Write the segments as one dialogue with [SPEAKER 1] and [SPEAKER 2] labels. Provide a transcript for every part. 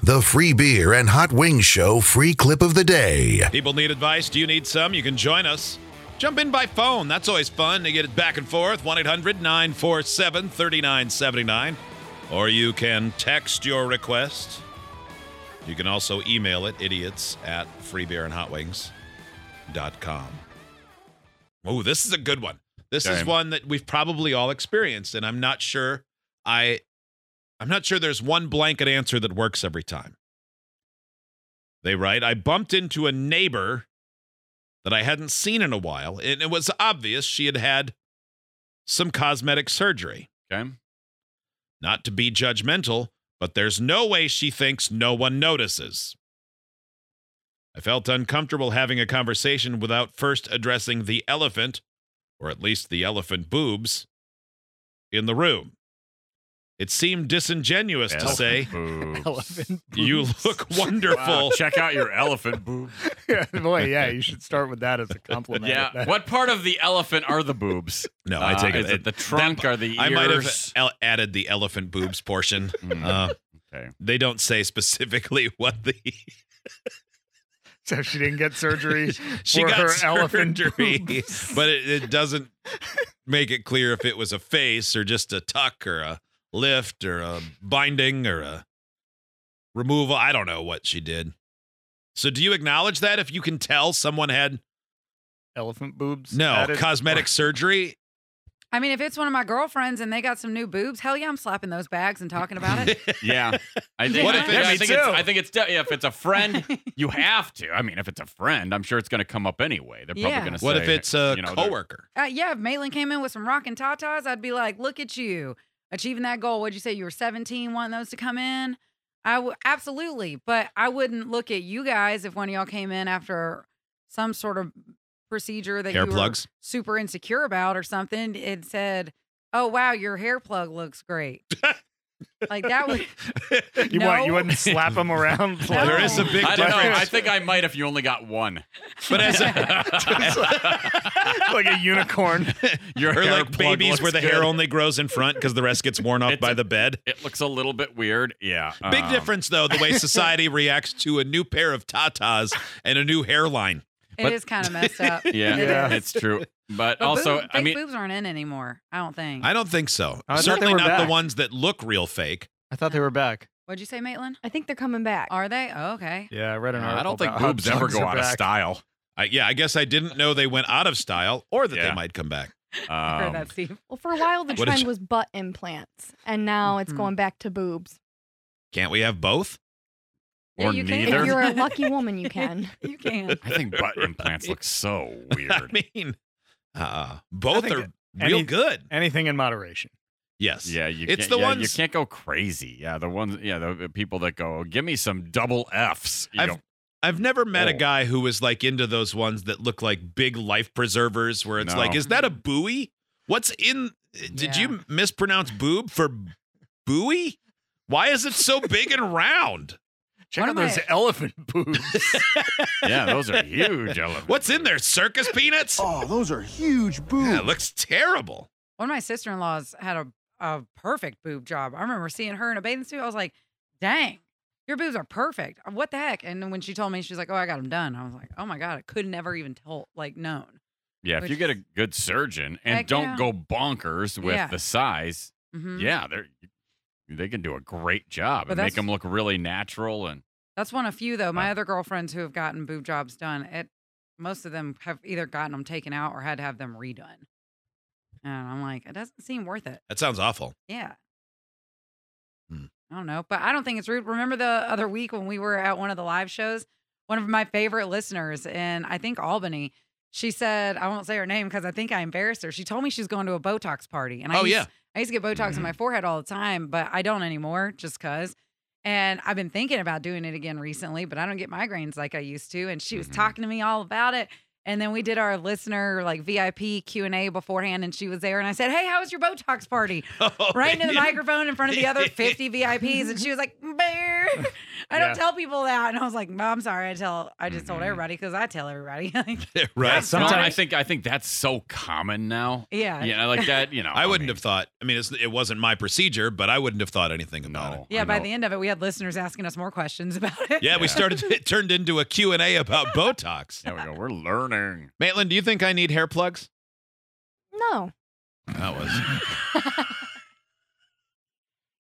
[SPEAKER 1] the free beer and hot wings show free clip of the day.
[SPEAKER 2] People need advice. Do you need some? You can join us. Jump in by phone. That's always fun to get it back and forth. 1 800 947 3979. Or you can text your request. You can also email it, idiots at freebeerandhotwings.com. Oh, this is a good one. This is
[SPEAKER 3] Damn.
[SPEAKER 2] one that we've probably all experienced, and I'm not sure I I'm not sure there's one blanket answer that works every time. They write, I bumped into a neighbor that I hadn't seen in a while, and it was obvious she had had some cosmetic surgery.
[SPEAKER 3] Okay.
[SPEAKER 2] Not to be judgmental, but there's no way she thinks no one notices. I felt uncomfortable having a conversation without first addressing the elephant, or at least the elephant boobs, in the room. It seemed disingenuous to
[SPEAKER 3] Elephant
[SPEAKER 2] say,
[SPEAKER 3] boobs.
[SPEAKER 4] Elephant.
[SPEAKER 2] You
[SPEAKER 4] boobs.
[SPEAKER 2] look
[SPEAKER 3] Wow,
[SPEAKER 2] wonderful.
[SPEAKER 3] Uh, check out your elephant boob.
[SPEAKER 4] yeah, boy, yeah, you should start with that as a compliment.
[SPEAKER 3] yeah.
[SPEAKER 4] That-
[SPEAKER 3] What part of the elephant are the boobs?
[SPEAKER 2] No, I
[SPEAKER 3] Uh,
[SPEAKER 2] take it.
[SPEAKER 3] is it the trunk
[SPEAKER 2] that-
[SPEAKER 3] or the ears?
[SPEAKER 2] I might have el- added the elephant boobs portion.
[SPEAKER 3] Mm,
[SPEAKER 2] Uh,
[SPEAKER 3] okay.
[SPEAKER 2] They don't say specifically what the
[SPEAKER 4] So she didn't get surgery.
[SPEAKER 2] she
[SPEAKER 4] or
[SPEAKER 2] got
[SPEAKER 4] her elephant
[SPEAKER 2] surgery,
[SPEAKER 4] boobs.
[SPEAKER 2] but it, it doesn't make it clear if it was a face or just a tuck or a lift or a binding or a removal. I don't know what she did. So, do you acknowledge that if you can tell someone had
[SPEAKER 4] Elephant boobs.
[SPEAKER 2] no
[SPEAKER 4] added?
[SPEAKER 2] cosmetic surgery?
[SPEAKER 5] I mean, if it's one of my girlfriends and they got some new boobs, hell yeah, I'm slapping those bags and talking about it.
[SPEAKER 3] Yeah. I think,
[SPEAKER 2] What
[SPEAKER 3] I
[SPEAKER 2] if
[SPEAKER 3] think-
[SPEAKER 2] it-
[SPEAKER 3] I
[SPEAKER 4] me
[SPEAKER 3] think it's
[SPEAKER 4] too.
[SPEAKER 3] I think it's de- yeah, if it's a friend, you have to. I mean, if it's a friend, I'm sure it's going to come up anyway. They're probably
[SPEAKER 5] Yeah.
[SPEAKER 3] going to say
[SPEAKER 2] What if it's a
[SPEAKER 3] you know, they're-
[SPEAKER 2] coworker?
[SPEAKER 5] uh, yeah, if Maitland came in with some rockin' tatas, I'd be like, look at you achieving that goal. What'd you say? You were 17, wanting those to come in? I w- absolutely. But I wouldn't look at you guys if one of y'all came in after some sort of procedure that
[SPEAKER 2] Hair
[SPEAKER 5] you
[SPEAKER 2] plugs?
[SPEAKER 5] were super insecure about or something and said, oh, wow, your hair plug looks great. like that would.
[SPEAKER 4] You want you
[SPEAKER 5] No.
[SPEAKER 4] wouldn't slap them around.
[SPEAKER 5] No.
[SPEAKER 2] There is a big
[SPEAKER 3] I don't know.
[SPEAKER 2] difference.
[SPEAKER 3] I think I might if you only got one.
[SPEAKER 2] But as a,
[SPEAKER 4] like a unicorn.
[SPEAKER 3] Your
[SPEAKER 2] or
[SPEAKER 3] hair
[SPEAKER 2] like
[SPEAKER 3] plug
[SPEAKER 2] babies
[SPEAKER 3] looks
[SPEAKER 2] where the
[SPEAKER 3] good.
[SPEAKER 2] hair only grows in front because the rest gets worn off
[SPEAKER 3] It's
[SPEAKER 2] by
[SPEAKER 3] a-
[SPEAKER 2] the bed.
[SPEAKER 3] It looks a little bit weird. Yeah.
[SPEAKER 2] Big
[SPEAKER 3] um,
[SPEAKER 2] difference though, the way society reacts to a new pair of tatas and a new hairline.
[SPEAKER 5] It
[SPEAKER 3] But-
[SPEAKER 5] is kind of messed up.
[SPEAKER 3] Yeah,
[SPEAKER 5] It
[SPEAKER 4] Yeah.
[SPEAKER 5] is.
[SPEAKER 3] it's true. But,
[SPEAKER 5] But
[SPEAKER 3] also,
[SPEAKER 5] boob-
[SPEAKER 3] I
[SPEAKER 5] fake
[SPEAKER 3] mean,
[SPEAKER 5] boobs aren't in anymore. I don't think.
[SPEAKER 2] I don't think so.
[SPEAKER 4] I thought they
[SPEAKER 2] Certainly
[SPEAKER 4] were
[SPEAKER 2] not the
[SPEAKER 4] back.
[SPEAKER 2] ones that look real fake.
[SPEAKER 4] I thought they were back.
[SPEAKER 5] What'd you say, Maitland?
[SPEAKER 6] I think they're coming back.
[SPEAKER 5] Are they? Oh, okay.
[SPEAKER 4] Yeah, I read an article.
[SPEAKER 3] Uh, I don't think
[SPEAKER 4] about how
[SPEAKER 3] boobs ever
[SPEAKER 4] dogs
[SPEAKER 3] go
[SPEAKER 4] are
[SPEAKER 3] out of
[SPEAKER 4] back.
[SPEAKER 3] style.
[SPEAKER 2] I, yeah, I guess I didn't know they went out of style or that they
[SPEAKER 3] Yeah.
[SPEAKER 2] might come back.
[SPEAKER 5] I heard
[SPEAKER 3] Um,
[SPEAKER 5] that, Steve.
[SPEAKER 6] Well, for a while the
[SPEAKER 2] What
[SPEAKER 6] trend
[SPEAKER 2] is-
[SPEAKER 6] was butt implants, and now it's
[SPEAKER 5] Mhm.
[SPEAKER 6] going back to boobs.
[SPEAKER 2] Can't we have both?
[SPEAKER 3] or
[SPEAKER 5] you can.
[SPEAKER 3] neither.
[SPEAKER 6] If you're a lucky woman, you can.
[SPEAKER 5] You can.
[SPEAKER 3] I think butt implants
[SPEAKER 2] Right.
[SPEAKER 3] look so
[SPEAKER 2] I
[SPEAKER 3] weird.
[SPEAKER 2] mean, uh, both
[SPEAKER 4] think
[SPEAKER 2] are real
[SPEAKER 4] any-
[SPEAKER 2] good.
[SPEAKER 4] Anything in moderation.
[SPEAKER 2] Yes.
[SPEAKER 3] Yeah, you
[SPEAKER 2] It's
[SPEAKER 3] can't,
[SPEAKER 2] the
[SPEAKER 3] yeah, you
[SPEAKER 2] ones-
[SPEAKER 3] can't go crazy. Yeah, the ones. Yeah, the the people that go, give me some double Fs. You
[SPEAKER 2] I've-
[SPEAKER 3] know,
[SPEAKER 2] I've never met a
[SPEAKER 3] Oh.
[SPEAKER 2] guy who was like into those ones that look like big life preservers where it's
[SPEAKER 3] No.
[SPEAKER 2] like, is that a buoy? What's in did you mispronounce boob for buoy? Why is it so big and round?
[SPEAKER 4] Check
[SPEAKER 5] One
[SPEAKER 4] out
[SPEAKER 5] of
[SPEAKER 4] those
[SPEAKER 5] my-
[SPEAKER 4] elephant boobs.
[SPEAKER 3] yeah, those are huge. elephants.
[SPEAKER 2] What's in there? Circus peanuts?
[SPEAKER 7] Oh, those are huge boobs.
[SPEAKER 2] Yeah, it looks terrible.
[SPEAKER 5] One of my sister in laws had a, a perfect boob job. I remember seeing her in a bathing suit. I was like, dang, your boobs are perfect. Uh, What the heck? And then when she told me, she's like, oh, I got them done. I was like, oh my God, I could never even tell, like, known.
[SPEAKER 3] Yeah, if
[SPEAKER 5] Which
[SPEAKER 3] you get a good surgeon and
[SPEAKER 5] Heck
[SPEAKER 3] don't
[SPEAKER 5] yeah.
[SPEAKER 3] go bonkers with
[SPEAKER 5] Yeah.
[SPEAKER 3] the size,
[SPEAKER 5] Mhm.
[SPEAKER 3] yeah, they are they can do a great job
[SPEAKER 5] But
[SPEAKER 3] and make
[SPEAKER 5] that's-
[SPEAKER 3] them look really natural and
[SPEAKER 5] That's one of few, though. My
[SPEAKER 3] Oh.
[SPEAKER 5] other girlfriends who have gotten boob jobs done, it, most of them have either gotten them taken out or had to have them redone. And I'm like, it doesn't seem worth it.
[SPEAKER 2] That sounds awful.
[SPEAKER 5] Yeah.
[SPEAKER 2] Hmm.
[SPEAKER 5] I don't know, but I don't think it's rude. Remember the other week when we were at one of the live shows? One of my favorite listeners in, I think, Albany, she said, I won't say her name because I think I embarrassed her. She told me she was going to a Botox party. And I
[SPEAKER 2] Oh,
[SPEAKER 5] used,
[SPEAKER 2] yeah. Mm-hmm.
[SPEAKER 5] I used to get Botox in my forehead all the time, but I don't anymore just because. And I've been thinking about doing it again recently, but I don't get migraines like I used to. And she was
[SPEAKER 3] Mhm.
[SPEAKER 2] Mm-hmm.
[SPEAKER 5] talking to me all about it. And then we did our listener like VIP Q and A beforehand, and she was there. And I said, "Hey, how was your Botox party?"
[SPEAKER 2] Oh,
[SPEAKER 5] right into the
[SPEAKER 2] yeah.
[SPEAKER 5] microphone in front of the other 50 VIPs. And she was like, Bear, I don't
[SPEAKER 4] Yeah.
[SPEAKER 5] don't tell people that. And I was like, "No, I'm sorry. I tell. I just told
[SPEAKER 3] Mhm.
[SPEAKER 5] everybody because I tell everybody. Like,
[SPEAKER 2] right.
[SPEAKER 3] No,
[SPEAKER 4] Sometimes-
[SPEAKER 3] I think I think that's so common now.
[SPEAKER 5] yeah.
[SPEAKER 3] You know, like that. You know,
[SPEAKER 2] I wouldn't
[SPEAKER 3] mean,
[SPEAKER 2] have thought. I mean, it's, it wasn't my procedure, but I wouldn't have thought anything about
[SPEAKER 3] No.
[SPEAKER 2] it.
[SPEAKER 5] Yeah,
[SPEAKER 3] I
[SPEAKER 5] by
[SPEAKER 3] know.
[SPEAKER 5] the end of it, we had listeners asking us more questions about it.
[SPEAKER 2] Yeah, we
[SPEAKER 3] Yeah.
[SPEAKER 2] started. It turned into a Q and A about Botox.
[SPEAKER 3] There we go. We're learning.
[SPEAKER 2] Maitland, do you think I need hair plugs?
[SPEAKER 6] No,
[SPEAKER 2] That was.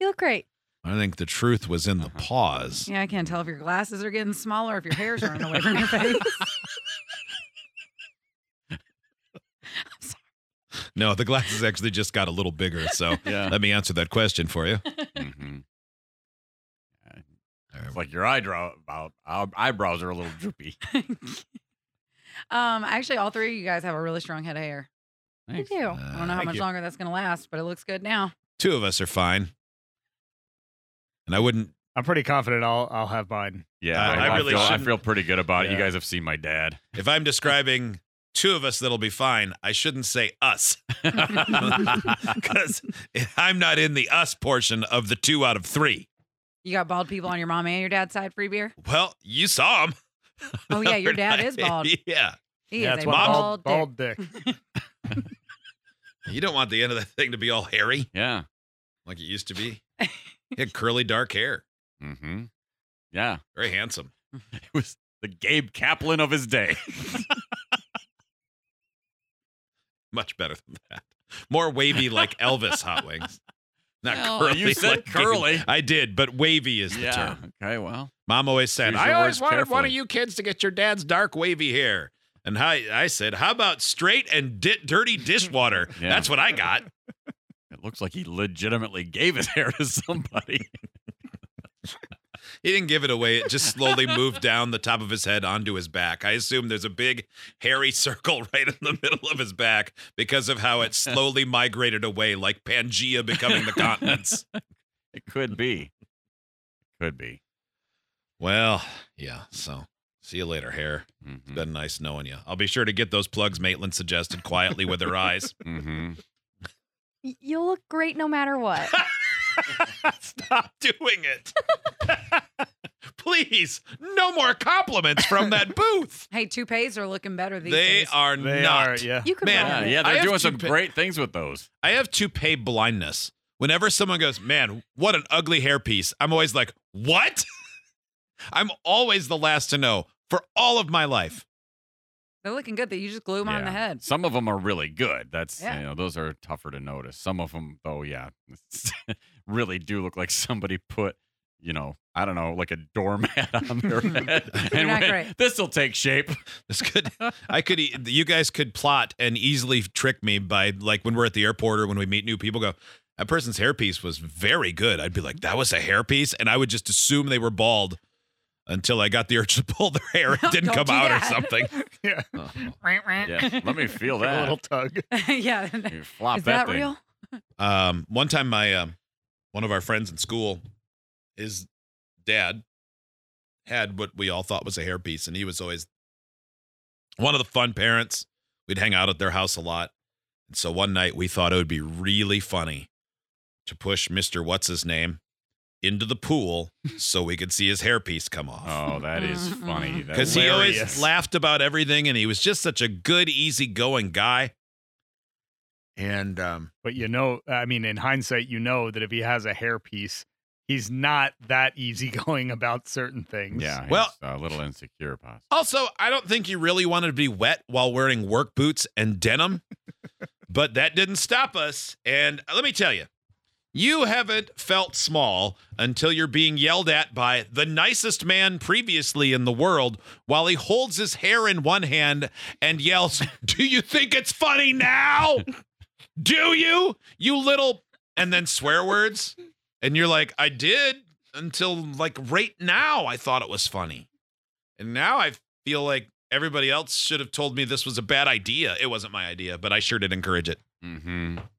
[SPEAKER 6] you look great.
[SPEAKER 2] I think the truth was in the pause.
[SPEAKER 5] Yeah, I can't tell if your glasses are getting smaller, if your hair's running away from your face.
[SPEAKER 2] No, the glasses actually just got a little bigger. So
[SPEAKER 3] Yeah.
[SPEAKER 2] let me answer that question for you.
[SPEAKER 3] Mhm. It's like your eyebrow about our eyebrows are a little droopy.
[SPEAKER 5] um, actually, all three of you guys have a really strong head of hair.
[SPEAKER 6] You
[SPEAKER 2] uh,
[SPEAKER 6] do.
[SPEAKER 5] I don't know how
[SPEAKER 2] Thank
[SPEAKER 5] much
[SPEAKER 2] you.
[SPEAKER 5] longer that's gonna last, but it looks good now.
[SPEAKER 2] Two of us are fine. And I wouldn't.
[SPEAKER 4] I'm pretty confident I'll I'll have mine.
[SPEAKER 3] Yeah,
[SPEAKER 2] I-
[SPEAKER 3] I,
[SPEAKER 2] I
[SPEAKER 3] I
[SPEAKER 2] really
[SPEAKER 3] feel, I
[SPEAKER 2] shouldn't-
[SPEAKER 3] feel pretty good about it. You
[SPEAKER 4] Yeah.
[SPEAKER 3] guys have seen my dad.
[SPEAKER 2] If I'm describing two of us that'll be fine, I shouldn't say us because I'm not in the us portion of the two out of three.
[SPEAKER 5] You got bald people on your mom and your dad's side, free beer.
[SPEAKER 2] Well, you saw him.
[SPEAKER 5] Oh yeah, your dad is bald.
[SPEAKER 2] yeah.
[SPEAKER 5] He
[SPEAKER 4] yeah,
[SPEAKER 5] is
[SPEAKER 4] it's
[SPEAKER 5] a
[SPEAKER 4] what- bald
[SPEAKER 5] bald, dick.
[SPEAKER 4] dick.
[SPEAKER 2] You don't want the end of that thing to be all hairy
[SPEAKER 3] yeah.
[SPEAKER 2] like it used to be. He had curly dark hair.
[SPEAKER 3] Mm-hmm. Yeah.
[SPEAKER 2] Very handsome.
[SPEAKER 3] It was the Gabe Kaplan of his day.
[SPEAKER 2] Much better than that. More wavy like Elvis hot wings. Not
[SPEAKER 3] No,
[SPEAKER 2] curly.
[SPEAKER 3] you said
[SPEAKER 2] like Gabe.
[SPEAKER 3] curly.
[SPEAKER 2] I did, but wavy is the term.
[SPEAKER 3] Okay. Well.
[SPEAKER 2] Mom always said,
[SPEAKER 3] Choose
[SPEAKER 2] I
[SPEAKER 3] your
[SPEAKER 2] always
[SPEAKER 3] words
[SPEAKER 2] wanted one
[SPEAKER 3] carefully.
[SPEAKER 2] of you kids to get your dad's dark wavy hair. And I, I said, how about straight and di- dirty dishwater?
[SPEAKER 3] Yeah.
[SPEAKER 2] That's what I got.
[SPEAKER 3] It looks like he legitimately gave his hair to somebody.
[SPEAKER 2] He didn't give it away. It just slowly moved down the top of his head onto his back. I assume there's a big hairy circle right in the middle of his back because of how it slowly migrated away, like Pangea becoming the continents.
[SPEAKER 3] It could be. Could be.
[SPEAKER 2] Well, yeah. So see you later, hair. It's
[SPEAKER 3] Mm-hmm.
[SPEAKER 2] been nice knowing you. I'll be sure to get those plugs Maitland suggested quietly with her eyes.
[SPEAKER 3] Mm-hmm.
[SPEAKER 6] Y- you look great no matter what.
[SPEAKER 2] Stop doing it. Please, no more compliments from that booth.
[SPEAKER 5] Hey, toupees are looking better these
[SPEAKER 2] They
[SPEAKER 5] days.
[SPEAKER 2] are
[SPEAKER 4] They
[SPEAKER 2] not.
[SPEAKER 4] are, yeah.
[SPEAKER 6] You could
[SPEAKER 2] Man,
[SPEAKER 3] Yeah,
[SPEAKER 6] run it.
[SPEAKER 3] uh, yeah,
[SPEAKER 2] I
[SPEAKER 3] they're
[SPEAKER 2] have
[SPEAKER 3] doing
[SPEAKER 2] to
[SPEAKER 3] some
[SPEAKER 2] pi-
[SPEAKER 3] great things with those.
[SPEAKER 2] I have toupee blindness. Whenever someone goes, man, what an ugly hairpiece, I'm always like, what? I'm always the last to know for all of my life.
[SPEAKER 5] They're looking good. That you just glue them on the
[SPEAKER 3] Yeah.
[SPEAKER 5] head.
[SPEAKER 3] Some of them are really good. That's
[SPEAKER 5] Yeah.
[SPEAKER 3] you know, those are tougher to notice. Some of them, oh yeah, really do look like somebody put, you know, I don't know, like a doormat on their head.
[SPEAKER 5] not great.
[SPEAKER 3] this will take shape.
[SPEAKER 2] This could, I could, e- you guys could plot and easily trick me by like when we're at the airport or when we meet new people, go, that person's hairpiece was very good. I'd be like, that was a hairpiece. And I would just assume they were bald until I got the urge to pull their hair. It
[SPEAKER 5] No,
[SPEAKER 2] didn't
[SPEAKER 5] don't
[SPEAKER 2] come
[SPEAKER 5] do
[SPEAKER 2] out
[SPEAKER 5] that.
[SPEAKER 2] or something.
[SPEAKER 4] Yeah.
[SPEAKER 5] Uh-huh.
[SPEAKER 3] Yeah, let me feel
[SPEAKER 4] A little
[SPEAKER 3] that.
[SPEAKER 4] tug.
[SPEAKER 5] yeah.
[SPEAKER 3] You flop
[SPEAKER 5] Is that,
[SPEAKER 3] thing.
[SPEAKER 5] real?
[SPEAKER 2] Um, one time, my um, one of our friends in school, his dad had what we all thought was a hairpiece, and he was always one of the fun parents. We'd hang out at their house a lot, and so one night we thought it would be really funny to push Mister What's his name into the pool so we could see his hairpiece come off.
[SPEAKER 3] Oh, that is
[SPEAKER 5] Mm,
[SPEAKER 3] funny. That's
[SPEAKER 2] Because he always
[SPEAKER 4] Hilarious.
[SPEAKER 2] laughed about everything, and he was just such a good, easygoing guy. And um,
[SPEAKER 4] But you know, I mean, in hindsight, you know that if he has a hairpiece, he's not that easygoing about certain things.
[SPEAKER 3] Yeah, he's
[SPEAKER 2] Well-
[SPEAKER 3] a little insecure, possibly.
[SPEAKER 2] Also, I don't think you really wanted to be wet while wearing work boots and denim, but that didn't stop us. And let me tell you, you haven't felt small until you're being yelled at by the nicest man previously in the world while he holds his hair in one hand and yells, Do you think it's funny now? Do you? You little. And then swear words. And you're like, I did until like right now, I thought it was funny. And now I feel like everybody else should have told me this was a bad idea. It wasn't my idea, but I sure did encourage it.
[SPEAKER 3] Mm-hmm.